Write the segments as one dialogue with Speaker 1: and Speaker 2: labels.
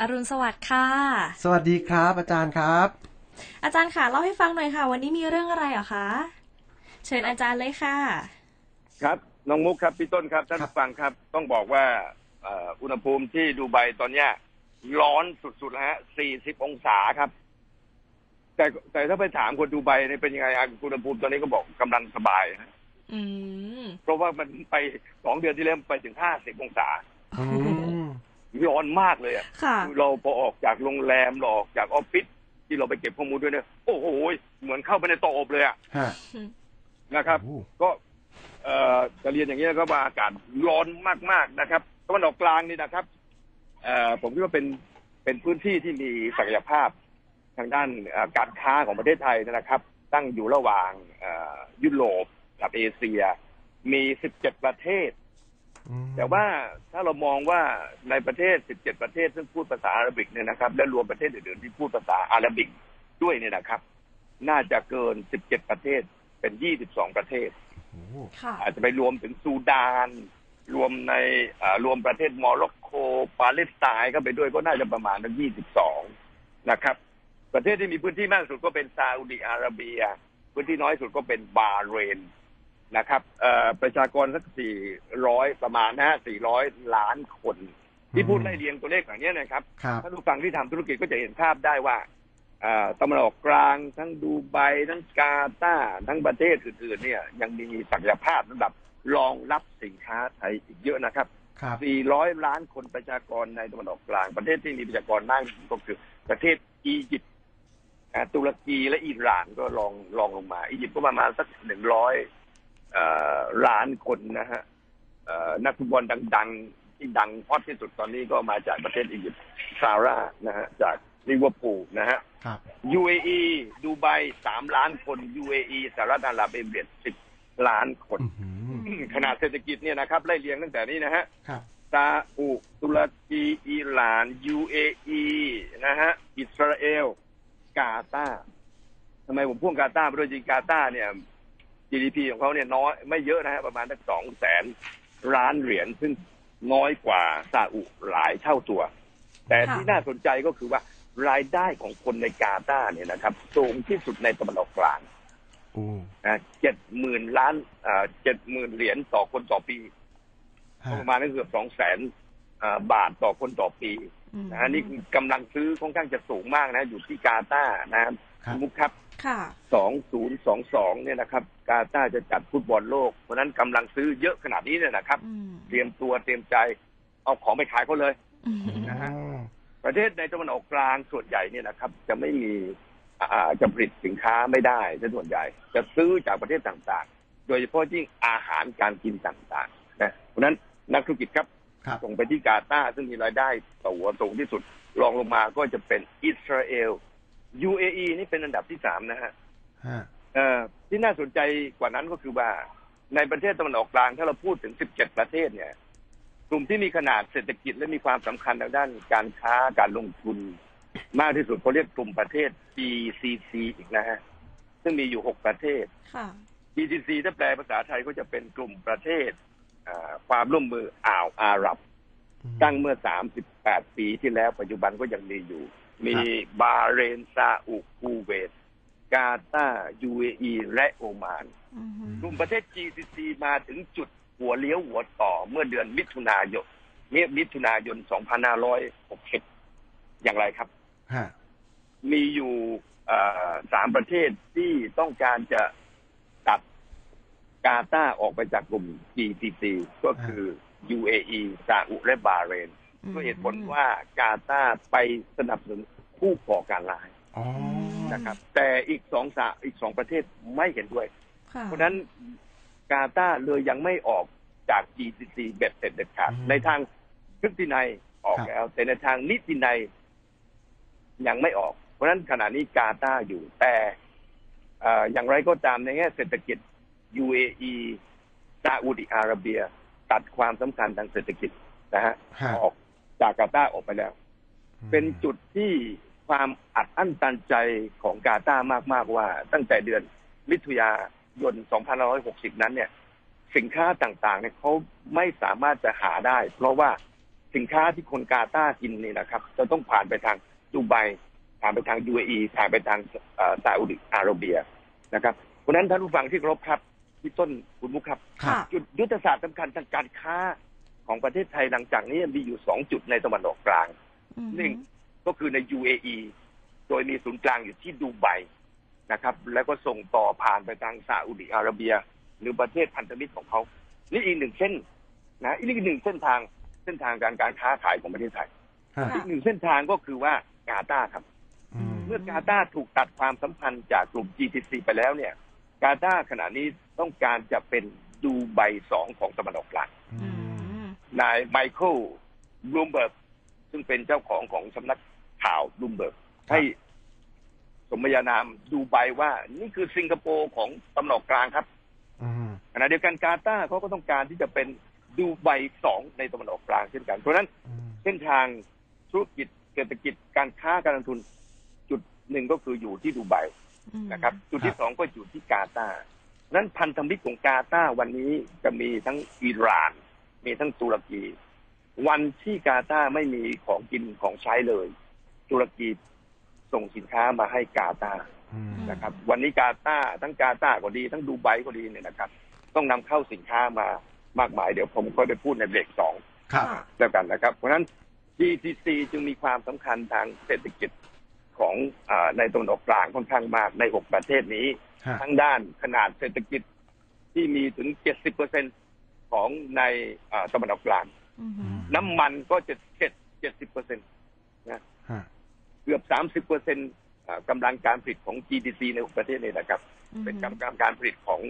Speaker 1: อรุณสวัสดิ์ค่ะ
Speaker 2: สวัสดีครับอาจารย์ครับ
Speaker 1: อาจารย์ค่ะเล่าให้ฟังหน่อยค่ะ วันนี้มีเรื่องอะไรเหรอคะเชิญอาจารย์เลยค่ะ
Speaker 3: ครับน้องมุกครับพี่ต้นครับท่าน
Speaker 2: ครับ
Speaker 3: ผู้ฟังครับ ต้องบอกว่าเอ่ออุณหภูมิที่ดูไบตอนเนี้ยร้อนสุดๆแล้วฮะ 40 องศาครับ แต่แต่ถ้าไปถามคนดูไบเนี่ยเป็นยังไงอ่ะอุณหภูมิตอนนี้ก็บอกกำลังสบายฮะ
Speaker 1: อืม
Speaker 3: เพราะว่ามันไปสองเดือนที่แล้วไปถึง 50 องศา
Speaker 2: อืม
Speaker 3: ร้อนมากเลยอ่ะ
Speaker 1: ค่ะ
Speaker 3: เราพอออกจากโรงแรมเราออกจากออฟฟิศที่เราไปเก็บข้อมูลด้วยเนี่ยโอ้โหเหมือนเข้าไปในเตาอบเลยอ่ะ
Speaker 2: ฮะ
Speaker 3: นะครับ
Speaker 2: โอ้
Speaker 3: ก็เอ่อจะเรียนอย่างนี้ยก็ว่าอากาศร้อนมาก ๆนะครับตะวันออกกลางนี่นะครับเอ่อผมคิดว่าเป็นเป็นพื้นที่ที่มีศักยภาพทางด้านเอ่อการค้าของประเทศไทยนะครับ ตั้งอยู่ระหว่างเอ่อยุโรปกับเอเชีย มี 17 ประเทศ
Speaker 2: อืม
Speaker 3: แต่ว่าถ้าเรามองว่าในประเทศ 17 ประเทศ ซึ่งพูดภาษาอาหรับิกเนี่ยนะครับ และรวมประเทศอื่นๆที่พูดภาษาอาหรับิกด้วยเนี่ยนะครับ น่าจะเกิน 17 ประเทศเป็น 22 ประเทศ
Speaker 2: โอ้
Speaker 1: ค่ะ
Speaker 3: อาจจะไปรวมถึงซูดาน รวมในเอ่อรวมประเทศโมร็อกโกปาเลสไตน์ก็ไปด้วยก็น่าจะประมาณทั้ง22 นะครับ ประเทศที่มีพื้นที่มากสุดก็เป็นซาอุดิอาระเบีย พื้นที่น้อยสุดก็เป็นบาห์เรนนะครับเอ่อประชากรสัก 400 ประมาณนะฮะ400 ล้านคน ที่พูดไล่เรียงตัวเลขอย่างเนี้ยนะครับ
Speaker 2: ครับ
Speaker 3: ถ้าดูฟังที่ทำธุรกิจก็จะเห็นภาพได้ว่าเอ่อตะวันออกกลาง ทั้งดูไบทั้งกาตาร์ทั้งประเทศอื่นๆ เนี่ย ยังมีศักยภาพสำหรับรองรับสินค้าไทยอีกเยอะนะครับ
Speaker 2: ครับ
Speaker 3: 400 ล้านคนประชากรในตะวันออกกลาง ประเทศที่มีประชากรมากที่สุดก็คือประเทศอียิปต์อ่าตุรกีและอิหร่านก็รองรองลงมา อียิปต์ก็ประมาณสักหนึ่งร้อยล้านคนนะฮะเอ่อนักฟุตบอลดัง ๆ ที่ดังฮอตที่สุดตอนนี้ก็มาจากประเทศอียิปต์ซาร่านะฮะจากลิเวอร์พูลนะฮะ
Speaker 2: ครับ
Speaker 3: UAE ดูไบสามล้านคน UAE สหรัฐอาหรับเอมิเรตสิบล้านคน
Speaker 2: อื้อหือ
Speaker 3: ขนาดเศรษฐกิจเนี่ยนะครับไล่เรียงตั้งแต่นี้นะฮะ
Speaker 2: ครับ
Speaker 3: ซาอุตุรกีอิหร่าน UAE นะฮะ อิสราเอล กาตาร์ทำไมผมพ่วงกาตาร์ไปด้วยจริงกาตาร์เนี่ย GDP ของเขาเนี่ยน้อยไม่เยอะนะฮะประมาณสักสองแสนล้านเหรียญซึ่งน้อยกว่าซาอุหลายเท่าตัว แต่
Speaker 1: ค่ะ
Speaker 3: ที่น่าสนใจก็คือว่ารายได้ของคนในกาตาร์เนี่ยนะครับ สูงที่สุดในตะวันออกกลาง
Speaker 2: โอ้
Speaker 3: เจ็ดหมื่นล้านเจ็ดหมื่นเหรียญต่อคนต่อปี
Speaker 2: ฮะ
Speaker 3: ประมาณนั้นเกือบสองแสนบาทต่อคนต่อปี
Speaker 1: อืม
Speaker 3: นะฮะนี่คือกำลังซื้อค่อนข้างจะสูงมากนะ อยู่ที่กาตาร์นะครับ
Speaker 2: ครับ
Speaker 3: มุกครับ
Speaker 1: ค่ะ
Speaker 3: สองศูนย์สองสองเนี่ยนะครับ กาตาร์จะจัดฟุตบอลโลก เพราะฉะนั้นกำลังซื้อเยอะขนาดนี้เนี่ยนะครับ
Speaker 1: อืม
Speaker 3: เตรียมตัวเตรียมใจเอาของไปขายเขาเลย
Speaker 1: อืม
Speaker 3: นะฮะ
Speaker 2: โอ้
Speaker 3: ประเทศในตะวันออกกลางส่วนใหญ่เนี่ยนะครับ จะไม่มีอ่าจะผลิตสินค้าไม่ได้ซะส่วนใหญ่ จะซื้อจากประเทศต่างๆ โดยเฉพาะยิ่งอาหารการกินต่างๆนะเพราะฉะนั้นนักธุรกิจครับ
Speaker 2: ครับ
Speaker 3: ส่งไปที่กาตาร์ซึ่งมีรายได้ต่อหัวสูงที่สุดรองลงมาก็จะเป็นอิสราเอล UAE นี่เป็นอันดับที่สามนะฮะ
Speaker 2: ฮะ
Speaker 3: เอ่อที่น่าสนใจกว่านั้นก็คือว่า ในประเทศตะวันออกกลาง ถ้าเราพูดถึง 17 ประเทศเนี่ย กลุ่มที่มีขนาดเศรษฐกิจและมีความสำคัญทางด้านการค้าการลงทุน มากที่สุดเขาเรียกกลุ่มประเทศ GCC อีกนะฮะซึ่งมีอยู่ 6 ประเทศ
Speaker 1: ค่ะ
Speaker 3: GCC ถ้าแปลภาษาไทยก็จะเป็นกลุ่มประเทศอ่าความร่วมมืออ่าวอาหรับ
Speaker 2: อืม
Speaker 3: ตั้งเมื่อ 38 ปีที่แล้ว ปัจจุบันก็ยังมีอยู่ มี
Speaker 2: ครับ
Speaker 3: บาห์เรน ซาอุกูเวต กาตาร์ยูเออีและโอมาน
Speaker 1: อืม
Speaker 3: กลุ่มประเทศ GCC มาถึงจุดหัวเลี้ยวหัวต่อเมื่อเดือนมิถุนายนเมษมิถุนายน 2560 อย่างไรครับ
Speaker 2: ฮะ
Speaker 3: มีอยู่เอ่อสามประเทศที่ต้องการจะตัดกาตาร์ออกไปจากกลุ่ม GCC ก็คือ UAE ซาอุและบาห์เรน ด้วยเหตุผลว่ากาตาร์ไปสนับสนุนผู้ก่อการร้าย
Speaker 2: อ๋อ
Speaker 3: นะครับ แต่อีกสองสาอีกสองประเทศไม่เห็นด้วย
Speaker 1: ค่ะ
Speaker 3: เพราะฉะนั้นกาตาร์เลยยังไม่ออกจาก GCC เบ็ดเสร็จเด็ดขาดในทางพฤตินัยออกแล้ว แต่ในทางนิตินัยยังไม่ออก เพราะฉะนั้นขณะนี้กาตาร์อยู่ แต่เอ่ออย่างไรก็ตามในแง่เศรษฐกิจ UAE ซาอุดิอาระเบีย ตัดความสำคัญทางเศรษฐกิจนะฮะ
Speaker 2: ฮะ
Speaker 3: ออกจากกาตาร์ออกไปแล้ว เป็นจุดที่ความอัดอั้นตันใจของกาตาร์มาก ๆ ว่า ตั้งแต่เดือนมิถุนายน 2560 นั้นเนี่ย สินค้าต่างๆเนี่ยเขาไม่สามารถจะหาได้ เพราะว่า สินค้าที่คนกาตาร์กินนี่นะครับ จะต้องผ่านไปทางดูไบผ่านไปทาง UAE ผ่านไปทางเอ่อซาอุดิอาระเบียนะครับเพราะฉะนั้นท่านผู้ฟังที่เคารบครับพี่ต้นคุณมุกครับ
Speaker 2: ครับ
Speaker 3: จุดยุทธศาสตร์สำคัญทางการค้าของประเทศไทยหลังจากนี้มีอยู่สองจุดในตะวันออกกลาง
Speaker 1: อืม
Speaker 3: หนึ่งก็คือใน UAE โดยมีศูนย์กลางอยู่ที่ดูไบนะครับ แล้วก็ส่งต่อผ่านไปทางซาอุดิอาระเบีย หรือประเทศพันธมิตรของเขา นี่อีกหนึ่งเส้นนะอีกหนึ่งเส้นทางเส้นทางการการค้าขายของประเทศไทย
Speaker 2: ฮะ
Speaker 3: อีกหนึ่งเส้นทางก็คือว่ากาตาร์ครับ
Speaker 2: อืม
Speaker 3: เมื่อกาตาร์ถูกตัดความสัมพันธ์จากกลุ่ม GCC ไปแล้วเนี่ย กาตาร์ขณะนี้ต้องการจะเป็นดูไบสองของตะวันออกกลาง
Speaker 2: อื
Speaker 1: อื
Speaker 2: ม
Speaker 1: ม
Speaker 3: นายไมเคิลบลูมเบิร์กซึ่งเป็นเจ้าของของสำนักข่าวบลูมเบิร์กให้สมญานามดูไบว่า นี่คือสิงคโปร์ของตำหนอกกลางครับ
Speaker 2: อืม
Speaker 3: ขณะเดียวกันกาตาร์เขาก็ต้องการที่จะเป็นดูไบสองในตะวันออกกลางเช่นกัน เพราะฉะนั้น
Speaker 2: อืม
Speaker 3: เส้นทางธุรกิจเศรษฐกิจการค้าการลงทุน จุดหนึ่งก็คืออยู่ที่ดูไบ
Speaker 1: อืม
Speaker 3: นะครับจุดที่สองก็อยู่ที่กาตาร์นั้นพันธมิตรของกาตาร์วันนี้จะมีทั้งอิหร่าน มีทั้งตุรกี วันที่กาตาร์ไม่มีของกินของใช้เลย ตุรกีส่งสินค้ามาให้กาตาร์
Speaker 2: อืม
Speaker 3: นะครับ วันนี้กาตาร์ทั้งกาตาร์ก็ดี ทั้งดูไบก็ดีเนี่ยนะครับ ต้องนำเข้าสินค้ามามากมายเดี๋ยวผมก็ได้พูดในเบรกสอง
Speaker 2: ครับ
Speaker 1: ะ
Speaker 3: แล้วกันนะครับ เพราะฉะนั้น GCC จึงมีความสำคัญทางเศรษฐกิจของอาในตะวันออกกลางค่อนข้างมากใน 6 ประเทศนี้
Speaker 2: ฮะ
Speaker 3: ทั้งด้านขนาดเศรษฐกิจที่มีถึง 70%ของในอ่าตะวันออกกลาง
Speaker 1: อืม
Speaker 3: น้ำมันก็จะ7 70%นะ
Speaker 2: ฮะ
Speaker 3: เกือบ 30%อ่ากำลังการผลิตของ GDP ในหกประเทศนี้นะครับ เป็นกำลังการผลิตของ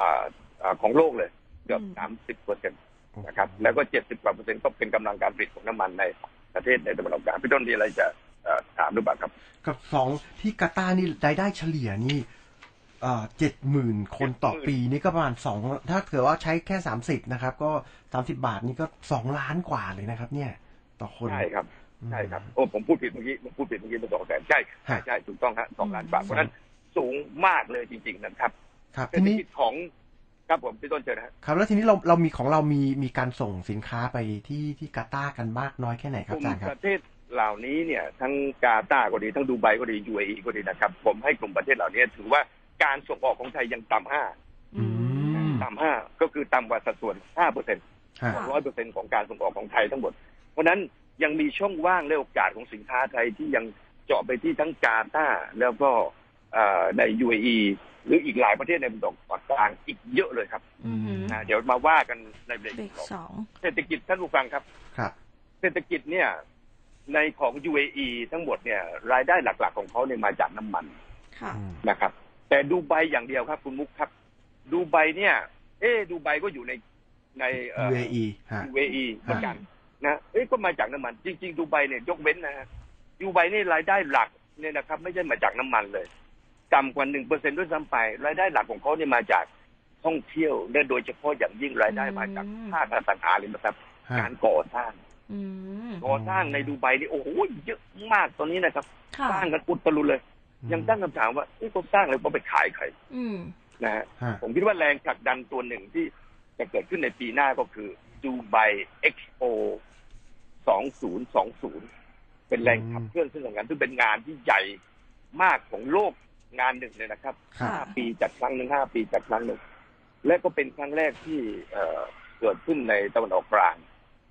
Speaker 3: อาอ่าของโลกเลย เกือบ 30% นะครับแล้วก็ 70กว่าเปอร์เซ็นต์ก็เป็นกำลังการผลิตของน้ำมันในประเทศในตะวันออกกลางพี่ต้นมีอะไรจะเอ่อถามหรือเปล่าครับ
Speaker 2: กับสองที่กาตาร์นี่รายได้เฉลี่ยนี่เจ็ดหมื่นคนต่อ
Speaker 3: 70,000
Speaker 2: ปีนี่ก็ประมาณสองถ้าเกิดว่าใช้แค่สามสิบนะครับ ก็สามสิบาทนี่ก็สองล้านกว่าเลยนะครับ เนี่ย ต่อคน
Speaker 3: ใช่ครับ
Speaker 2: อืม
Speaker 3: ใช่ครับโอ้ผมพูดผิดเมื่อกี้ผมพูดผิดเมื่อกี้เป็นสองแสนใช่ใช่
Speaker 2: ฮะ
Speaker 3: ใช่ถูกต้องฮะสองล้านบาทเพราะฉะนั้นสูงมากเลยจริง ๆ นะครับ
Speaker 2: ครับ
Speaker 3: เศร
Speaker 2: ที
Speaker 3: ษฐ
Speaker 2: นี้
Speaker 3: กิจของครับผมพี่ต้นเจอนะฮะ
Speaker 2: ครับแล้วทีนี้เราเรามีของเรามีมีการส่งสินค้าไปที่ที่กาตาร์กันมากน้อยแค่ไหนค
Speaker 3: ก
Speaker 2: รับ
Speaker 3: ลุ่ม
Speaker 2: อาจารย์ค
Speaker 3: ป
Speaker 2: รับ
Speaker 3: ระเทศเหล่านี้เนี่ย ทั้งกาตาร์ก็ดีทั้งดูไบก็ดี UAE ก็ดีนะครับ ผมให้กลุ่มประเทศเหล่านี้ถือว่าการส่งออกของไทยยังต่ำห้า
Speaker 1: อืม
Speaker 2: อืม
Speaker 3: ต่ำห้าก็คือต่ำกว่าสัดส่วนห้าเปอร์เซ็น
Speaker 2: ฮะ
Speaker 1: ค่ะ
Speaker 3: ร้อยเปอร์เซ็นของการส่งออกของไทยทั้งหมด เพราะฉะนั้นยังมีช่องว่างและโอกาสของสินค้าไทยที่ยังเจาะไปที่ทั้งกาตาร์แล้วก็เอ่อใน UAE หรืออีกหลายประเทศในตะวันออกกลางอีกเยอะเลยครับ
Speaker 1: อืม
Speaker 3: นะเดี๋ยวมาว่ากันในเบรก
Speaker 1: เบรก
Speaker 3: สอง
Speaker 1: สอง
Speaker 3: เศรษฐกิจท่านผู้ฟังครับ
Speaker 2: ครับ
Speaker 3: เศรษฐกิจเนี่ยในของ UAE ทั้งหมดเนี่ยรายได้หลักๆของเขาเนี่ยมาจากน้ำมัน
Speaker 1: ค่ะ
Speaker 2: อืม
Speaker 3: นะครับแต่ดูไบอย่างเดียวครับ คุณมุกครับดูไบเนี่ย เอ๊ะดูไบก็อยู่ในในเอ่อ
Speaker 2: เอฮะ
Speaker 3: UAE เหมือนกันนะเอ้ยก็มาจากน้ำมัน จริง ๆ ดูไบเนี่ยยกเว้นนะฮะดูไบนี่รายได้หลักเนี่ยนะครับ ไม่ใช่มาจากน้ำมันเลยต่ำกว่าหนึ่งเปอร์เซ็นด้วยซ้ำไป รายได้หลักของเขาเนี่ยมาจากท่องเที่ยวและโดยเฉพาะอย่างยิ่งรายได้มาจาก
Speaker 1: อืม
Speaker 3: ภาคอสังหาริมทรัพย์
Speaker 2: ฮะ
Speaker 3: การก่อสร้าง
Speaker 1: อืม
Speaker 3: ก่อสร้างในดูไบนี่โอ้โหเยอะมากตอนนี้นะครับ
Speaker 1: ค่ะ
Speaker 3: สร้างกันอุตลุดเลย ยังตั้งคำถามว่าเอ้ยเขาสร้างแล้วเขาไปขายใคร
Speaker 1: อืม
Speaker 3: นะฮะ
Speaker 2: ฮะ
Speaker 3: ผมคิดว่าแรงผลักดันตัวหนึ่งที่จะเกิดขึ้นในปีหน้าก็คือดูไบเอ็กโป2020 เป็นแรงขับเคลื่อนซึ่งกันและกันซึ่งเป็นงานที่ใหญ่มากของโลกงานหนึ่งเลยนะครับ
Speaker 2: ครับ
Speaker 3: ห้าปีจัดครั้งหนึ่งห้าปีจัดครั้งหนึ่ง และก็เป็นครั้งแรกที่เอ่อเกิดขึ้นในตะวันออกกลาง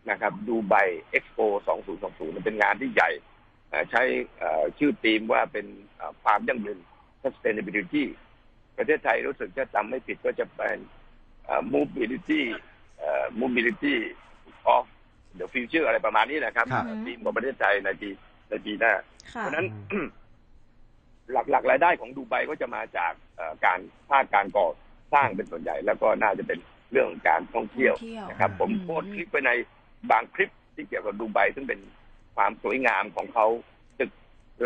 Speaker 3: นะครับดูไบเอ็กโป2020มันเป็นงานที่ใหญ่เอ่อใช้เอ่อชื่อธีมว่าเป็นเอ่อความยั่งยืน sustainability ประเทศไทยรู้สึกจะจำไม่ผิดก็จะเป็นเอ่อ mobility เอ่อ mobility of the future อะไรประมาณนี้นะครับ
Speaker 2: ครับ
Speaker 3: ธีมของประเทศไทยในปีในปีหน้า
Speaker 1: ค่ะ
Speaker 3: เพราะฉะนั้น หลักๆรายได้ของดูไบก็จะมาจากเอ่อการภาคการก่อสร้างเป็นส่วนใหญ่ แล้วก็น่าจะเป็นเรื่องของการท่องเที่ยว
Speaker 1: ท่องเที่ยว
Speaker 3: นะครับ ผม
Speaker 1: อืม
Speaker 3: โพสต์คลิปไปในบางคลิปที่เกี่ยวกับดูไบซึ่งเป็นความสวยงามของเขาตึก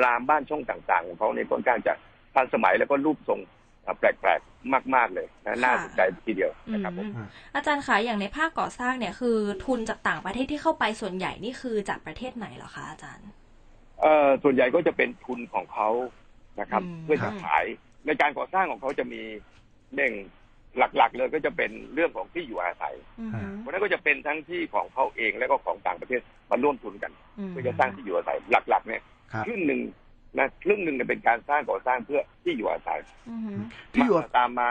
Speaker 3: รามบ้านช่องต่างๆ ของเขาเนี่ยค่อนข้างจะทันสมัยแล้วก็รูปทรงเอ่อแปลกๆ มาก ๆเลยนะน่าสนใจทีเดียว
Speaker 1: อื
Speaker 3: นะครับผม
Speaker 1: มอาจารย์คะอย่างในภาคก่อสร้างเนี่ยคือทุนจากต่างประเทศที่เข้าไปส่วนใหญ่นี่คือจากประเทศไหนเหรอคะอาจารย์
Speaker 3: เอ่อส่วนใหญ่ก็จะเป็นทุนของเขานะครับ
Speaker 1: อืม
Speaker 3: เพื่อจะ
Speaker 1: ค่ะ
Speaker 3: ขายในการก่อสร้างของเขาจะมีหนึ่ง หลักๆเลยก็จะเป็นเรื่องของที่อยู่อาศัย
Speaker 1: อืม
Speaker 3: เพราะฉะนั้นก็จะเป็นทั้งที่ของเขาเองและก็ของต่างประเทศมาร่วมทุนกัน
Speaker 1: อืม
Speaker 3: เพื่อจะสร้างที่อยู่อาศัยหลักๆเนี่ย
Speaker 2: ครับ
Speaker 3: ครึ่งหนึ่งนะครึ่งหนึ่งเนี่ยเป็นการสร้างก่อสร้างเพื่อที่อยู่อาศัย
Speaker 1: อืม
Speaker 2: ที่อยู่
Speaker 3: ตามมา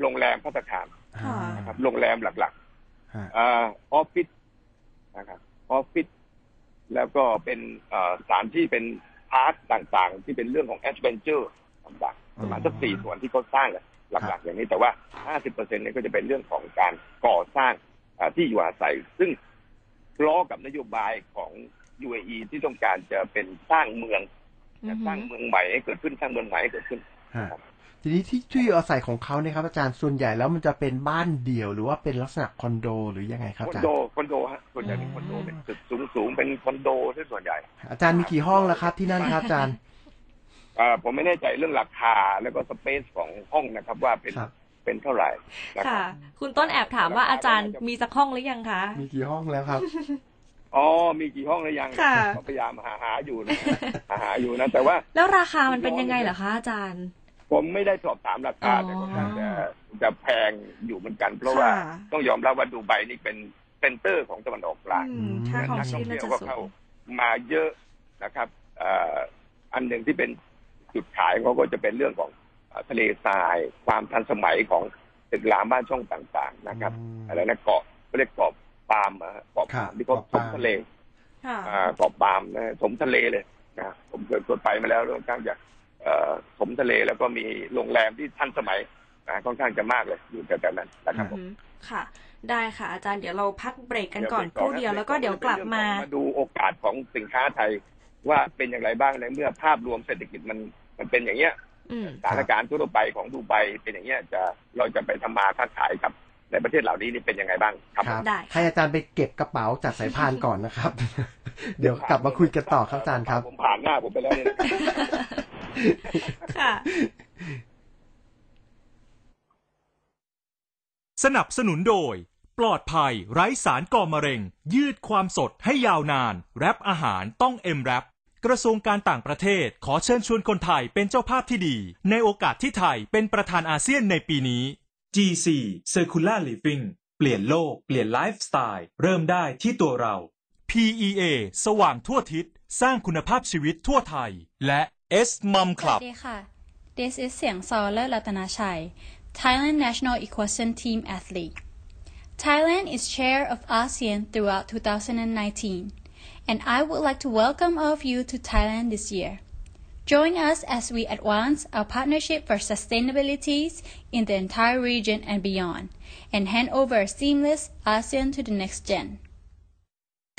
Speaker 3: โรงแรมพัตตาคาร
Speaker 1: ค่ะ
Speaker 3: นะครับโรงแรมหลัก
Speaker 2: ฮะ
Speaker 3: ๆอ่าออฟฟิศนะครับออฟฟิศแล้วก็เป็นเอ่อสถานที่เป็นพาร์คต่างๆ ที่เป็นเรื่องของแอดเวนเจอร์ต่างๆประมาณสักสี่ส่วนที่เขาสร้างกันหลักๆ อย่างนี้แต่ว่า 50%เนี่ยก็จะเป็นเรื่องของการก่อสร้าง อ่าที่อยู่อาศัยซึ่งล้อกับนโยบายของ UAE ที่ต้องการจะเป็นสร้างเมือง
Speaker 1: อื
Speaker 3: จะ
Speaker 1: ม
Speaker 3: สร้างเมืองใหม่ให้เกิดขึ้นสร้างเมืองใหม่ให้เกิดขึ้น
Speaker 2: ฮะทีนี้ที่ที่อยู่อาศัยของเขาเนี่ยครับอาจารย์ส่วนใหญ่แล้วมันจะเป็นบ้านเดี่ยวหรือว่าเป็นลักษณะคอนโดหรือยังไงครับ
Speaker 3: คอน
Speaker 2: อาจาร
Speaker 3: โด
Speaker 2: ย์
Speaker 3: คอนโดฮะส่วนใหญ่เป็นคอนโดเป็นตึกสูงสูงๆเป็นคอนโดที่ส่วนใหญ่
Speaker 2: อาจารย์มีกี่ห้องแล้วครับ ที่นั่นครับอาจารย์
Speaker 3: อ่าผมไม่แน่ใจเรื่องราคาแล้วก็สเปซของห้องนะครับ ว่าเป็น
Speaker 2: ครับ
Speaker 3: เป็นเท่าไหร่นะครั
Speaker 1: ค่ะ
Speaker 3: บ
Speaker 1: คุณต้นแอบถามว่าอาจารย์มีสักห้องหรือยังคะ
Speaker 2: มีกี่ห้องแล้วครับ
Speaker 3: อ๋อมีกี่ห้องแล้วยัง
Speaker 1: ค่ะ
Speaker 3: ก็พยายามหาหาอยู่นะหาหาอยู่นะแต่ว่า
Speaker 1: แล้วราคามันเป็นยังไงเหรอคะอาจารย์
Speaker 3: ผมไม่ได้สอบถามราคา
Speaker 1: อ๋อ
Speaker 3: แต่ก็น่าจะจะแพงอยู่เหมือนกัน เพราะ
Speaker 1: ค่ะ
Speaker 3: ว่าต้องยอมรับว่าดูไบนี่เป็นเซ็นเตอร์ของตะวันออกกลาง
Speaker 1: อืมค่าของ
Speaker 3: นั
Speaker 1: ชี
Speaker 3: ท่
Speaker 1: พ
Speaker 3: อง
Speaker 1: น่า
Speaker 3: เที่ยว
Speaker 1: จะ
Speaker 3: ก็
Speaker 1: สู
Speaker 3: เข้าง มาเยอะนะครับเอ่ออันหนึ่งที่เป็นจุดขายของเขาก็จะเป็นเรื่องของเอ่อทะเลทราย ความทันสมัยของตึกรามบ้านช่องต่างๆนะครับ
Speaker 2: อืม
Speaker 3: อะไรนะเกาะเขาเรียกเกาะปาล์มเหรอฮะเกาะปา
Speaker 2: ค
Speaker 3: ล์ม
Speaker 2: รับ
Speaker 3: ที่เขา
Speaker 2: เกาะ
Speaker 3: ช
Speaker 2: ปาม ล์ม
Speaker 3: ทะเล
Speaker 1: ค่ะ
Speaker 3: อ่าเกาะปาล์มนะสมทะเลเลยนะผมเคยกดไปมาแล้วค่อนข้างจะเอ่อสมทะเลแล้วก็มีโรงแรมที่ทันสมัยนะค่อนข้างจะมากเลยอยู่แถวๆนั้นนะครับผม
Speaker 1: อืมค่ะ ได้ค่ะอาจารย์เดี๋ยวเราพักเบรกกันก่อนครู่เดียวแล้วก็เดี๋ยวกลับมา
Speaker 3: มาดูโอกาสของสินค้าไทยว่าเป็นอย่างไรบ้างในเมื่อภาพรวมเศรษฐกิจมันมันเป็นอย่างเงี้ย
Speaker 1: อืม
Speaker 3: สถานการณ์ทั่วไปของดูไบเป็นอย่างเงี้ยจะเราจะไปทำมาค้าขายกับในประเทศเหล่านี้นี่เป็นยังไงบ้างครับ
Speaker 2: ครับ
Speaker 1: ได้
Speaker 2: ให้อาจารย์ไปเก็บกระเป๋าจัดสายพานก่อนนะครับ เดี๋ยวกลับมาคุยกันต่อครับอาจารย์ครับ
Speaker 3: ผมผ่านหน้าผมไปแล้วเนี่ย นะครับ
Speaker 1: ค่ะ
Speaker 4: สนับสนุนโดย ปลอดภัยไร้สารก่อมะเร็ง ยืดความสดให้ยาวนาน แรปอาหารต้องเอ็มแรปกระทรวงการต่างประเทศขอเชิญชวนคนไทยเป็นเจ้าภาพที่ดี ในโอกาสที่ไทยเป็นประธานอาเซียนในปีนี้ GC Circular Living เปลี่ยนโลก เปลี่ยนไลฟ์สไตล์ เริ่มได้ที่ตัวเรา PEA สว่างทั่วทิศ สร้างคุณภาพชีวิตทั่วไทย และ S Mom
Speaker 5: ส
Speaker 4: Club
Speaker 5: วัสดีค่ะ This is เสียงซอลเลอร์รัตนาชัย Thailand National Equestrian Team Athlete Thailand is chair of ASEAN throughout 2019 and I would like to welcome all of you to Thailand this year. Join us as we advance our partnership for sustainabilities in the entire region and beyond and hand over a seamless ASEAN to the next gen.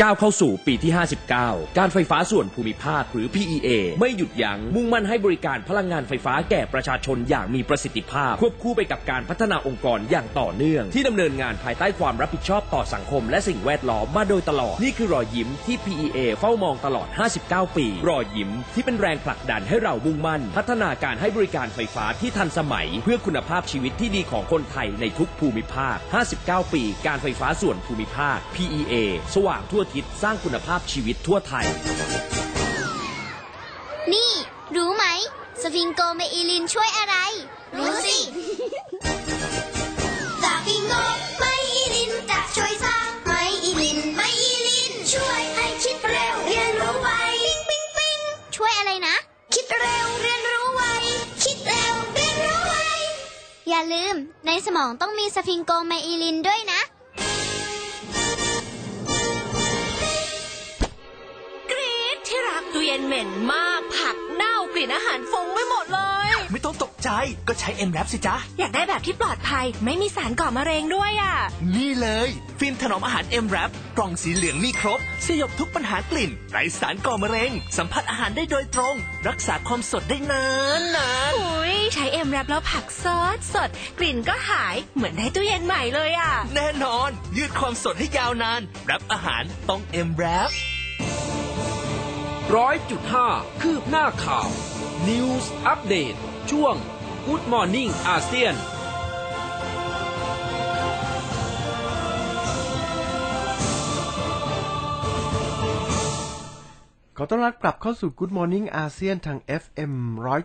Speaker 6: ก้าวเข้าสู่ปีที่ 59 การไฟฟ้าส่วนภูมิภาคหรือ PEA ไม่หยุดยัง้งมุ่งมั่นให้บริการพลังงานไฟฟ้าแก่ประชาชนอย่างมีประสิทธิภาพ ควบคู่ไปกับการพัฒนาองค์กรอย่างต่อเนื่อง ที่ดำเนินงานภายใต้ความรับผิดชอบต่อสังคมและสิ่งแวดล้อมมาโดยตลอด นี่คือรอยยิ้มที่ PEA เฝ้ามองตลอด 59 ปี รอยยิ้มที่เป็นแรงผลักดันให้เรามุ่งมั่น พัฒนาการให้บริการไฟฟ้าที่ทันสมัย เพื่อคุณภาพชีวิตที่ดีของคนไทยในทุกภูมิภาค 59 ปี การไฟฟ้าส่วนภูมิภาค PEA สว่างทั่วทิศสร้างคุณภาพชีวิตทั่วไทย
Speaker 7: นี่ รู้ไหม สฟิงโกเมอิลินช่วยอะไร รู้สิ สฟิงโกเมอิลินจะช่วยสร้างไมอิลินไมอิลิน ช่วยให้คิดเร็ว เรียนรู้ไวปิ๊งปิ๊งปิ๊งช่วยอะไรนะ คิดเร็วเรียนรู้ไวคิดเร็วเรียนรู้ไวอย่าลืม ในสมองต้องมีสฟิงโกเมอิลินด้วยนะ
Speaker 8: กรี๊ดที่รักตู้เย็นเหม็นมาก ผักเน่ากลิ่นอาหารฟุ้งไปหมดเลย
Speaker 9: ไม่ต้องตกใจก็ใช้เอ็นแรปสิจ๊ะ
Speaker 8: อยากได้แบบที่ปลอดภัย ไม่มีสารก่อมะเร็งด้วยอ่ะ
Speaker 9: นี่เลย ฟิล์มถนอมอาหารเอ็มแรปกล่องสีเหลืองมีครบ สยบทุกปัญหากลิ่นไร้สารก่อมะเร็ง สัมผัสอาหารได้โดยตรง รักษาความสดได้นานนาน
Speaker 8: อุ้ยใช้เอ็มแรปแล้วผักสดสด กลิ่นก็หายเหมือนได้ตู้เย็นใหม่เลยอ่ะ
Speaker 9: แน่นอน ยืดความสดให้ยาวนาน รับอาหารต้องเอ็มแรป
Speaker 6: 100.5 คืบหน้าข่าว News Update ช่วง Good Morning อาเซียน
Speaker 1: ก
Speaker 2: ขอต้อนรับกลับเข้าสู่ Good Morning อาเซียนทาง FM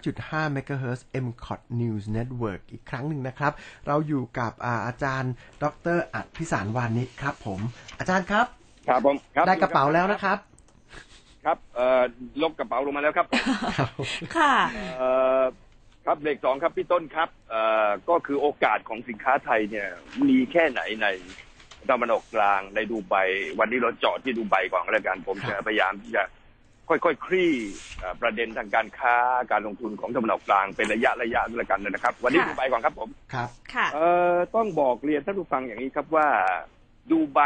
Speaker 2: 100.5 MHz m c o t News Network อีกครั้งหนึ่งนะครับ เราอยู่กับอาอาจารย์ ดรอัดพิสารวานิชครับผม อาจารย์ครับ
Speaker 3: ครับผมคบ
Speaker 2: ได้กระเป๋าแล้วนะครับ
Speaker 3: ครับ เอ่อลบกระเป๋าลงมาแล้วครับ
Speaker 1: ค่ะ
Speaker 3: เอ่อครับเบรกสองครับพี่ต้นครับเอ่อก็คือโอกาสของสินค้าไทยเนี่ยมีแค่ไหนในตะวันออกกลางในดูไบวันนี้เราเจาะที่ดูไบก่อนก็แล้วกันผม
Speaker 2: ครั
Speaker 3: จะ
Speaker 2: บ
Speaker 3: พยายามที่จะค่อยๆคลี่เอ่อประเด็นทางการค้าการลงทุนของตะวันออกกลางเป็นระยะระยะๆแล้วกันนะครับ วันนี้
Speaker 1: ค่ะ
Speaker 3: ดูไบก่อนครับผม
Speaker 2: ครับ
Speaker 1: ค่ะ
Speaker 3: เอ่อต้องบอกเรียนท่านผู้ฟังอย่างนี้ครับว่าดูไบ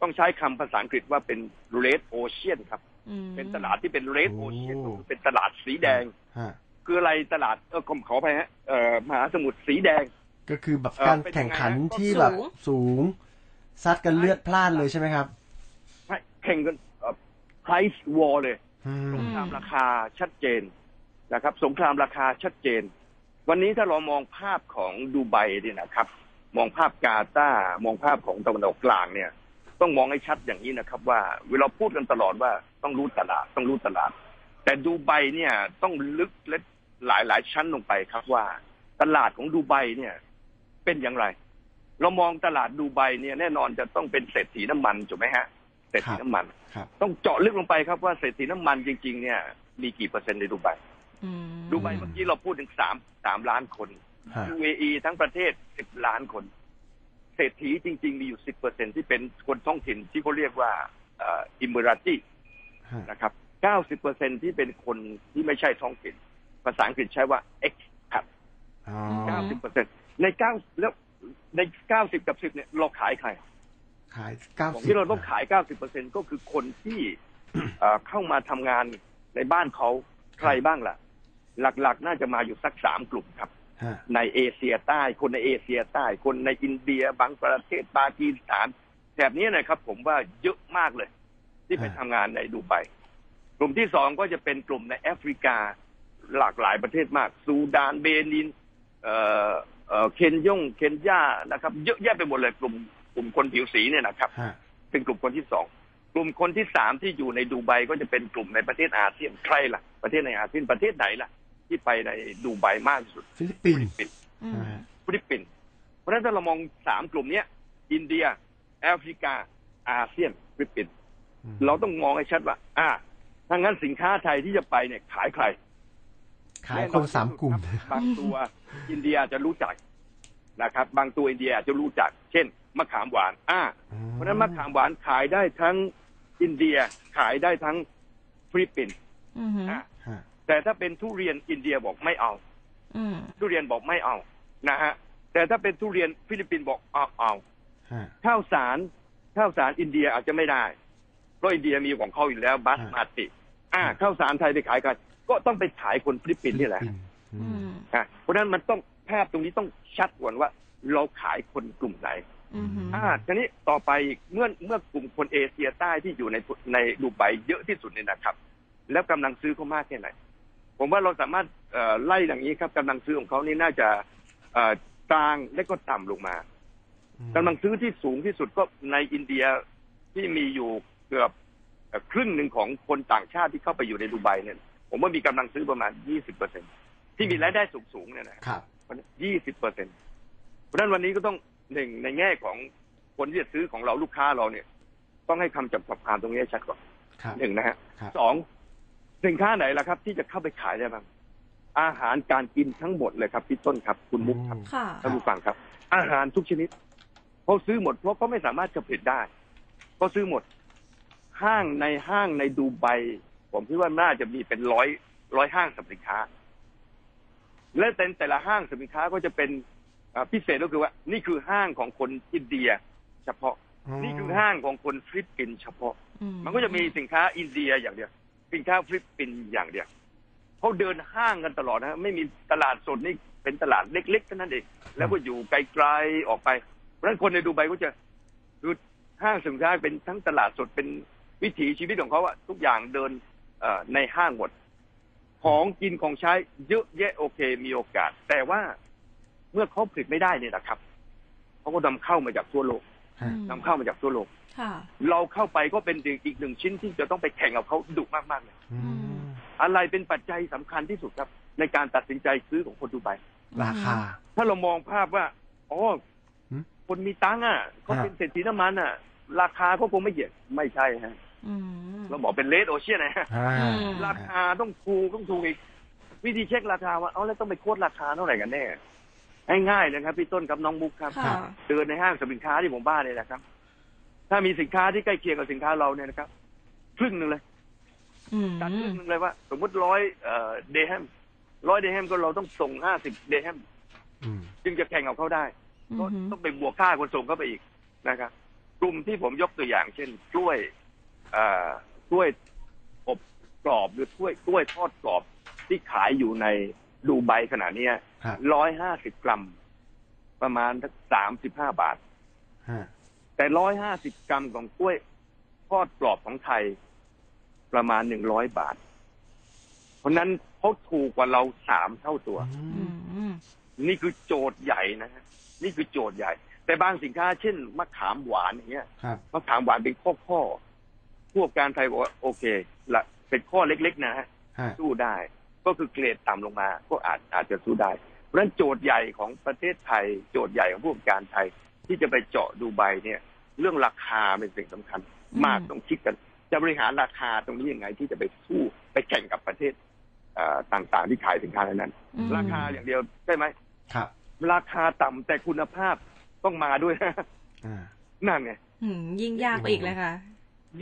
Speaker 3: ต้องใช้คำภาษาอังกฤษว่าเป็น red ocean ครับ
Speaker 1: อืม
Speaker 3: เป็นตลาดที่เป็น red
Speaker 2: โอ้
Speaker 3: ocean ก็คือเป็นตลาดสีแดง
Speaker 2: ฮะ
Speaker 3: คืออะไรตลาดเออขอขอไปฮะเอ่อมหาสมุทรสีแดง
Speaker 2: ก็คือแบบ
Speaker 3: เอ่อ
Speaker 2: การ
Speaker 3: เป็นยังไง
Speaker 2: แข่งขัน
Speaker 3: ฮะ
Speaker 2: ที่แบบสูง ซัดกันเลือดพล่านเลยใช่ไหมครับ
Speaker 3: ให้แข่งกันเอ่อ price war เลย
Speaker 2: อืม
Speaker 3: สงครามราคาชัดเจนนะครับ สงครามราคาชัดเจน วันนี้ถ้าเรามองภาพของดูไบเนี่ยนะครับ มองภาพกาตาร์มองภาพของตะวันออกกลางเนี่ย ต้องมองให้ชัดอย่างนี้นะครับ ว่าเวลาพูดกันตลอดว่าต้องรู้ตลาดต้องรู้ตลาด แต่ดูไบเนี่ยต้องลึกและหลายหลายๆชั้นลงไปครับว่า ตลาดของดูไบเนี่ย เป็นอย่างไร เรามองตลาดดูไบเนี่ยแน่นอนจะต้องเป็นเศรษฐีน้ำมันถูกไหมฮะเศรษฐีน้ำมัน
Speaker 2: ครับ
Speaker 3: ต้องเจาะลึกลงไปครับว่าเศรษฐีน้ำมันจริง ๆ เนี่ย มีกี่เปอร์เซ็นต์ในดูไบ
Speaker 1: อืม
Speaker 3: ดูไบเมื่อกี้เราพูดถึงสามสามล้านคน
Speaker 2: ฮะ
Speaker 3: UAE ทั้งประเทศสิบล้านคน เศรษฐีจริง ๆ มีอยู่สิบเปอร์เซ็นที่เป็นคนท้องถิ่นที่เขาเรียกว่าเอิมเบราตี
Speaker 2: ฮะ
Speaker 3: นะครับเก้าสิบเปอร์เซ็นที่เป็นคนที่ไม่ใช่ท้องถิ่น ภาษาอังกฤษใช้ว่า expat
Speaker 2: อ๋อ
Speaker 3: เก้าสิบเปอร์เซ็นในเก้าแล้วในเก้าสิบกับสิบเนี่ยเราขายใคร
Speaker 2: ขายเก้า
Speaker 3: ของ
Speaker 2: สิบ
Speaker 3: ที่เราต้องขาย 90%ก็คือคนที่ เอ่อเข้ามาทำงานในบ้านเขาใครบ้างล่ะ หลักๆ น่าจะมาอยู่สักสามกลุ่มครับ
Speaker 2: ฮะ
Speaker 3: ในเอเชียใต้ คนในเอเชียใต้ คนในอินเดียบางประเทศปากีสถานแถบนี้นะครับ ผมว่าเยอะมากเลย ที่ไป
Speaker 2: ฮะ
Speaker 3: ทำงานในดูไบกลุ่มที่สองก็จะเป็นกลุ่มในแอฟริกาหลากหลายประเทศมาก ซูดานเบนิน เอ่อเอ่อเคนยงเคนยานะครับ เยอะแยะไปหมดเลยกลุ่มกลุ่มคนผิวสีเนี่ยนะครับ
Speaker 2: ฮะ
Speaker 3: เป็นกลุ่มคนที่สอง กลุ่มคนที่สามที่อยู่ในดูไบก็จะเป็นกลุ่มในประเทศอาเซียนใครล่ะ ประเทศในอาเซียนประเทศไหนล่ะ ที่ไปในดูไบมากที่สุด
Speaker 2: ฟิลิปปินส์
Speaker 3: เป็น
Speaker 1: อืม
Speaker 2: นะฮะ
Speaker 3: ฟิลิปปินส์เพราะฉะนั้นถ้าเรามองสามกลุ่มเนี้ย อินเดีย แอฟริกา อาเซียนฟิลิปปินส์เราต้องมองให้ชัดว่า อ่าถ้างั้นสินค้าไทยที่จะไปเนี่ยขายใคร
Speaker 2: ขายคนสามกลุ่ม
Speaker 3: แน่นอนที่สุดครับบางตัวอินเดียจะรู้จักนะครับ บางตัวอินเดียจะรู้จัก เช่นมะขามหวาน อ่า เพราะฉะนั้นมะขามหวานขายได้ทั้งอินเดียขายได้ทั้งฟิลิปปินส์
Speaker 1: อืม
Speaker 3: นะ
Speaker 2: ฮะ
Speaker 3: แต่ถ้าเป็นทุเรียนอินเดียบอกไม่เอา
Speaker 1: อืม
Speaker 3: ทุเรียนบอกไม่เอานะฮะแต่ถ้าเป็นทุเรียนฟิลิปปินส์บอกเอาเอา
Speaker 2: ฮะ
Speaker 3: ข้าวสารข้าวสารอินเดียอาจจะไม่ได้เพราะอินเดียมีของเขาอยู่แล้วบัสมาติ อ่าข้าวสารไทยไปขายกันก็ต้องไปขายคนฟิลิปปินส์นี่แหละ
Speaker 2: ฟิลิปปิส์อื
Speaker 1: อื
Speaker 2: ม
Speaker 1: ม
Speaker 3: อ่ะเพราะฉะนั้นมันต้องภาพตรงนี้ต้องชัดก่อนว่า เราขายคนกลุ่มไหน
Speaker 1: อืม
Speaker 3: อ่าทีนี้ต่อไปอีกเมื่อเมื่อกลุ่มคนเอเชียใต้ที่อยู่ในในดูไบเยอะที่สุดเนี่ยนะครับ แล้วกำลังซื้อเขามากแค่ไหน ผมว่าเราสามารถเอ่อไล่อย่างนี้ครับกำลังซื้อของเขานี่น่าจะเอ่อกลางและก็ต่ำลงมากำลังซื้อที่สูงที่สุดก็ในอินเดียที่มีอยู่เกือบเอ่อครึ่งหนึ่งของคนต่างชาติที่เข้าไปอยู่ในดูไบเนี่ย ผมว่ามีกำลังซื้อประมาณ 20เปอร์เซ็นที่มีรายได้สูงๆเนี่ยนะ
Speaker 2: ครับ
Speaker 3: ยี่สิบเปอร์เซ็นต์เพราะฉะนั้นวันนี้ก็ต้องหนึ่งในแง่ของคนที่จะซื้อของเราลูกค้าเราเนี่ย ต้องให้คำจำกัดความตรงนี้ให้ชัดก่อน
Speaker 2: ครับ
Speaker 3: หนึ่งนะฮะ
Speaker 2: ครับ
Speaker 3: สองสินค้าไหนล่ะครับ ที่จะเข้าไปขายได้บ้างอาหารการกินทั้งหมดเลยครับพี่ต้นครับ คุณมุกครับ
Speaker 1: ค่ะ
Speaker 3: ท่านผู้ฟังครับ อาหารทุกชนิดเขาซื้อหมดเพราะเขาไม่สามารถจะผลิตได้เขาซื้อหมด ห้างในห้างในดูไบผมคิดว่าน่าจะมีเป็นร้อยร้อยห้างสรรพสินค้า และแต่แต่ละห้างสรรพสินค้าก็จะเป็นอ่าพิเศษก็คือว่า นี่คือห้างของคนอินเดีย เฉพาะ
Speaker 2: อืม
Speaker 3: นี่คือห้างของคนฟิลิปปินส์เฉพาะ
Speaker 1: อืม
Speaker 3: มันก็จะมีสินค้าอินเดียอย่างเดียว สินค้าฟิลิปปินส์อย่างเดียวเขาเดินห้างกันตลอดนะฮะไม่มีตลาดสดนี่เป็นตลาดเล็กๆเท่านั้นเองแล้วก็อยู่ไกลๆออกไป เพราะฉะนั้นคนในดูไบก็จะคือห้างสินค้าเป็นทั้งตลาดสดเป็นวิถีชีวิตของเขาอะทุกอย่างเดินเอ่อในห้างหมด ของกินของใช้เยอะแยะโอเคมีโอกาส แต่ว่าเมื่อเขาผลิตไม่ได้เนี่ยนะครับเขาก็นำเข้ามาจากทั่วโลก
Speaker 2: ฮะ
Speaker 3: นำเข้ามาจากทั่วโลก
Speaker 1: ค่ะ
Speaker 3: เราเข้าไปก็เป็นอีกหนึ่งชิ้นที่จะต้องไปแข่งกับเขาดุมากๆเลย
Speaker 2: อืม
Speaker 3: อะไรเป็นปัจจัยสำคัญที่สุดครับ ในการตัดสินใจซื้อของคนดูไบ
Speaker 2: ราคา
Speaker 3: ถ้าเรามองภาพว่าอ๋อ
Speaker 2: หืม
Speaker 3: คนมีตังค์อ่ะเขาเป็น
Speaker 2: ฮะ
Speaker 3: เศรษฐีน้ำมันอ่ะ ราคาเขาคงไม่เกี่ยวไม่ใช่ฮะ
Speaker 1: อืม
Speaker 3: เราบอกเป็นเลดโอเชียนนะฮะ
Speaker 2: อ่า
Speaker 1: อืม
Speaker 3: ราคาต้องถูกต้องถูกอีก วิธีเช็คราคาว่าเอาแล้วต้องไปโคตรราคาเท่าไหร่กันแน่ง่ายๆนะครับ พี่ต้นกับน้องมุกครับ
Speaker 1: ค่ะ
Speaker 3: เดินในห้างสรรพสินค้าที่ผมบ้านเนี่ยแหละครับ ถ้ามีสินค้าที่ใกล้เคียงกับสินค้าเราเนี่ยนะครับครึ่งหนึ่งเลย
Speaker 1: อืม
Speaker 3: ตัดครึ่งหนึ่งเลยว่าสมมติร้อยเดแฮมร้อยเดแฮมก็เราต้องส่งห้าสิบเดแฮม
Speaker 2: อืม
Speaker 3: จึงจะแข่งกับเขาได้
Speaker 1: อื
Speaker 3: ก็
Speaker 1: อหือ
Speaker 3: ต้องไปบวกค่าขนส่งเข้าไปอีกนะครับ กลุ่มที่ผมยกตัวอย่าง เช่นกล้วยเอ่อกล้วยอบกรอบหรือกล้วยกล้วยทอดกรอบที่ขายอยู่ในดูไบขนาดเนี้ย
Speaker 2: ครับ
Speaker 3: ร้อยห้าสิบกรัม ประมาณสักสามสิบห้าบาท
Speaker 2: ฮะ
Speaker 3: แต่ร้อยห้าสิบกรัมของกล้วยทอดกรอบของไทยประมาณหนึ่งร้อยบาท เพราะฉะนั้นเขาถูกกว่าเราสามเท่าตัว
Speaker 2: อื
Speaker 1: อืม
Speaker 2: ม
Speaker 3: นี่คือโจทย์ใหญ่นะฮะนี่คือโจทย์ใหญ่ แต่บางสินค้าเช่นมะขามหวานอย่างเงี้ย
Speaker 2: ครับ
Speaker 3: มะขามหวานเป็นข้อข้อๆผู้ประกอบการไทยบอกว่าโอเคละเป็นข้อเล็ก ๆ นะฮะ
Speaker 2: ฮะ
Speaker 3: สู้ได้ ก็คือเกรดต่ำลงมา ก็อาจอาจจะสู้ได้ เพราะฉะนั้นโจทย์ใหญ่ของประเทศไทย โจทย์ใหญ่ของผู้ประกอบการไทย ที่จะไปเจาะดูไบเนี่ย เรื่องราคาเป็นสิ่งสำคัญ มากต้องคิดกัน จะบริหารราคาตรงนี้ยังไงที่จะไปสู้ไปแข่งกับประเทศเอ่อต่างๆ ที่ขายสินค้านั้น
Speaker 1: อืม
Speaker 3: ๆราคาอย่างเดียวใช่ไหม
Speaker 2: ครับ
Speaker 3: ราคาต่ำแต่คุณภาพต้องมาด้วยนะ
Speaker 2: อ่า
Speaker 3: นั่นไง
Speaker 1: อืมยิ่งยากไปอีกเลยค่ะ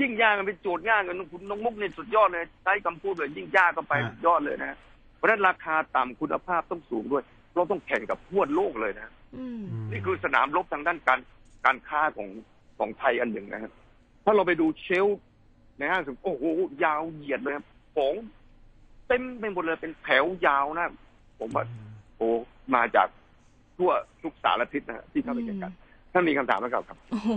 Speaker 3: ยิ่งยากมันเป็นโจทย์ง่ายกันคุณน้องมุกเนี่ยสุดยอดเลยใช้คำพูดเลยยิ่งยากก็ไป
Speaker 2: อ่า
Speaker 3: สุดยอดเลยนะเพราะฉะนั้นราคาต่ำคุณภาพต้องสูงด้วย เราต้องแข่งกับทั่วโลกเลยนะ
Speaker 1: อืม
Speaker 2: อืม
Speaker 3: นี่คือสนามรบทางด้านการการค้าของของไทยอันหนึ่งนะครับถ้าเราไปดูเชลฟ์ในห้างสรรพโอ้โหยาวเหยียดเลยครับของเต็มไปหมดเลยเป็นแถวยาวนะผมว่า โอ้มาจากทั่วทุกสารทิศนะฮะที่เข้าไปแข่งขันท่านมีคำถามไหมครับ
Speaker 1: โอ้โห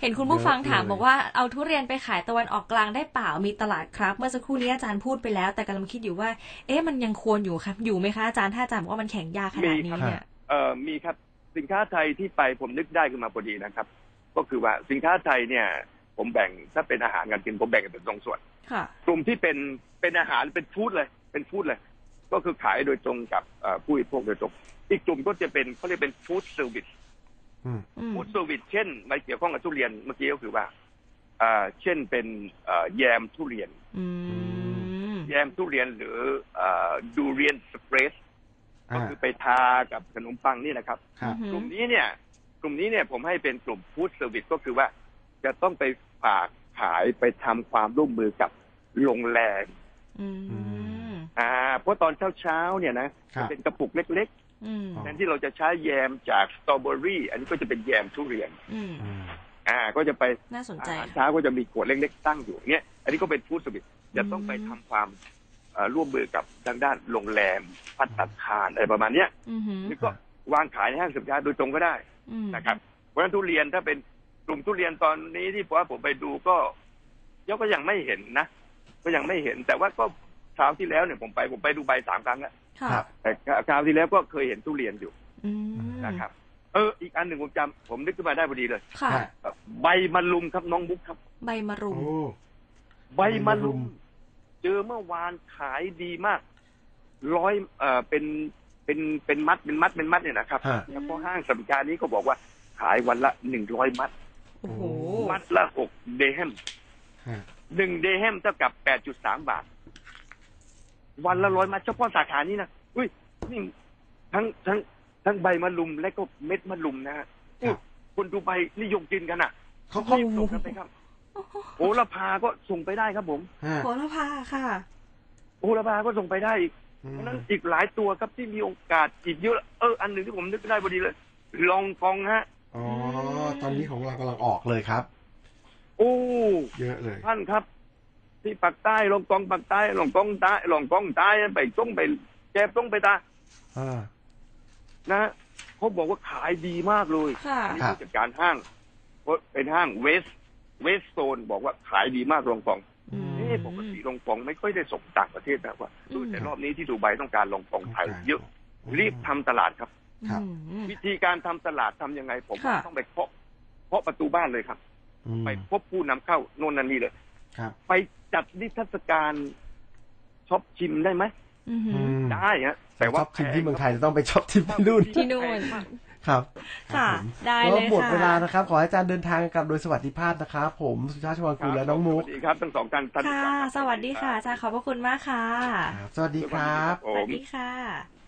Speaker 1: เห็นคุณผู้ฟังถามบอกว่าเอาทุเรียนไปขายตะวันออกกลางได้เปล่ามีตลาดครับ เมื่อสักครู่นี้อาจารย์พูดไปแล้ว แต่กำลังคิดอยู่ว่า เอ๊ะมันยังควรอยู่ครับ อยู่ไหมคะอาจารย์ถ้าอาจารย์บอกว่ามันแข็งยากขนาดนี้เนี่ย
Speaker 3: เอ่อมีครับสินค้าไทยที่ไปผมนึกได้ขึ้นมาพอดีนะครับ ก็คือว่าสินค้าไทยเนี่ย ผมแบ่งถ้าเป็นอาหารการกินผมแบ่งเป็นสองส่วน
Speaker 1: ค่ะ
Speaker 3: กลุ่มที่เป็นเป็นอาหารเป็นฟู้ดเลย เป็นฟู้ดเลย ก็คือขายโดยตรงกับเอ่อผู้บริโภคโดยตรง อีกกลุ่มก็จะเป็นเขาเรียกเป็นฟู้ดเซอร์วิส
Speaker 2: อืม
Speaker 1: อืม
Speaker 3: ฟู้ดเซอร์วิสเช่นไม่เกี่ยวข้องกับทุเรียนเมื่อกี้ก็คือว่าเอ่อเช่นเป็นเอ่อแยมทุเรียน
Speaker 1: อืม
Speaker 3: แยมทุเรียนหรือดูเรียนสเปรสก็
Speaker 2: อ่า
Speaker 3: คือไปทากับขนมปังนี่แหละครับ
Speaker 2: ครับ
Speaker 1: อื
Speaker 3: กลุ่
Speaker 1: ม
Speaker 3: มนี้เนี่ย กลุ่มนี้เนี่ยผมให้เป็นกลุ่มฟู้ดเซอร์วิสก็คือว่า จะต้องไปฝากขายไปทำความร่วมมือกับโรงแรม
Speaker 1: อืม
Speaker 3: อ่าเพราะตอนเช้าๆเนี่ยนะครับ เป็นกระปุกเล็ก
Speaker 1: อืม
Speaker 2: อ๋อ
Speaker 3: ๆแทนที่เราจะใช้แยมจากสตรอเบอรี่ อันนี้ก็จะเป็นแยมทุเรียน
Speaker 1: อืม
Speaker 2: อืม
Speaker 3: อ่า ก็จะไป
Speaker 1: น่าสน
Speaker 3: อา
Speaker 1: ใจ
Speaker 3: หาร
Speaker 1: ค่ะ
Speaker 3: เช้าก็จะมีขวดเล็กๆตั้งอยู่เนี่ยอันนี้ก็เป็นฟู้ดเซอร์วิสจะต้องไปทำความเอ่อร่วมมือกับทางด้านโรงแรมพัตตาคารอะไรประมาณเนี้ย
Speaker 1: อือหือ
Speaker 3: หรือก็วางขายในห้างสรรพสินค้าโดยตรงก็ได้
Speaker 1: อืม
Speaker 3: นะครับเพราะฉะนั้นทุเรียนถ้าเป็นกลุ่มทุเรียนตอนนี้ที่ผมว่าผมไปดูก็ยังก็ยังไม่เห็นนะ ก็ยังไม่เห็น แต่ว่าก็คราวที่แล้วเนี่ยผมไปผมไปดูใบสามครั้งแล้ว
Speaker 1: ค่ะ
Speaker 2: ครับ
Speaker 3: แต่คราวที่แล้วก็เคยเห็นทุเรียนอยู่
Speaker 1: อืม
Speaker 3: นะครับ เอออีกอันหนึ่งผมจำผมนึกขึ้นมาได้พอดีเลย
Speaker 1: ค่ะ
Speaker 2: ฮะ
Speaker 3: เอ่อใบมะลุมครับน้องบุ๊คครับ
Speaker 1: ใบมะรุม
Speaker 2: โอ้
Speaker 3: ใบ
Speaker 2: ใบ
Speaker 3: มะลุม
Speaker 2: มะรุม
Speaker 3: เจอเมื่อวานขายดีมาก ร้อยเอ่อเป็นเป็นเป็นมัดเป็นมัดเป็นมัดเนี่ยนะครับ
Speaker 2: ฮะ
Speaker 3: แล้วก็ห้างสรรพสินค้านี้ก็บอกว่าขายวันละหนึ่งร้อยมัด
Speaker 1: โอ้โห
Speaker 3: มัดละหกเดแฮม
Speaker 2: ฮะ
Speaker 3: หนึ่งเดแฮมเท่ากับแปดจุดสามบาท วันละร้อยมาเฉพาะสาขานี้นะอุ้ยนี่ทั้งทั้งทั้งใบมะลุมและก็เม็ดมะลุมนะฮะอุ๊ยคนดูใบนิยมกินกันอ่ะ
Speaker 2: เขาเขา
Speaker 3: รีบส่งกันไปครับโหระพาก็ส่งไปได้ครับผม
Speaker 2: ฮะ
Speaker 1: โหระพาค่ะ
Speaker 3: โหระพาก็ส่งไปได้อีก
Speaker 2: อืม
Speaker 3: เพราะฉะนั้นอีกหลายตัวครับที่มีโอกาสอีกเยอะเอออันหนึ่งที่ผมนึกได้พอดีเลย ลองกองฮะ
Speaker 2: อ๋อ ตอนนี้ของเรากำลังออกเลยครับ
Speaker 3: โอ้
Speaker 2: เยอะเลย
Speaker 3: ท่านครับ ที่ปากใต้ลองกองปากใต้ลองกองใต้ลองกองใต้ไปต้งไปแจบต้งไปตา
Speaker 2: อ่า
Speaker 3: นะฮะเขาบอกว่าขายดีมากเลย
Speaker 1: ค่ะ
Speaker 3: อันนี้
Speaker 2: ครับ
Speaker 3: ผู้จัดการห้างเพราะเป็นห้างเวสเวสโซนบอกว่าขายดีมากรองกอง
Speaker 1: อืม
Speaker 3: เอ๊ะปกติรองกองไม่ค่อยได้ส่งต่างประเทศนะว่า
Speaker 1: อืม
Speaker 3: แต่รอบนี้ที่ดูไบต้องการรองกองไทยเยอะ รีบทำตลาดครับ
Speaker 2: ครับ
Speaker 1: อืม
Speaker 3: วิธีการทำตลาดทำยังไงผมว่า
Speaker 1: ค่ะ
Speaker 3: ต้องไปเคาะเคาะประตูบ้านเลยครับ
Speaker 2: อืม
Speaker 3: ไปพบผู้นำเข้าโน่นนั่นนี่เลย
Speaker 2: ครับ
Speaker 3: ไปจัดนิทรรศการช็อปชิมได้ไหม
Speaker 1: อือหือ
Speaker 2: อืม
Speaker 3: ได้ฮะแต่ว่า
Speaker 2: ชอบชิมที่เมืองไทยจะต้องไปชอบที่ที่นู่น
Speaker 1: ที่นู่น
Speaker 3: แพงมาก
Speaker 2: ครับ
Speaker 1: ค่ะ
Speaker 2: รับผม
Speaker 1: ได้
Speaker 2: ก็
Speaker 1: เลย
Speaker 2: หมด
Speaker 1: ค่ะ
Speaker 2: เวลานะครับ ขอให้อาจารย์เดินทางกลับโดยสวัสดิภาพนะครับผมสุชาติชวังกูลและน้องมุก
Speaker 3: สวัสดีครับทั้งสองท่านท่าน
Speaker 1: ค่ะ
Speaker 3: ผู้ฟังรับ
Speaker 1: สวัสดีค่ะอาจารย์ขอบพระคุณมากค่ะ
Speaker 2: ครับสวัสดีครับ
Speaker 3: ผ
Speaker 1: สวัส
Speaker 3: ม
Speaker 1: ดีค่ะ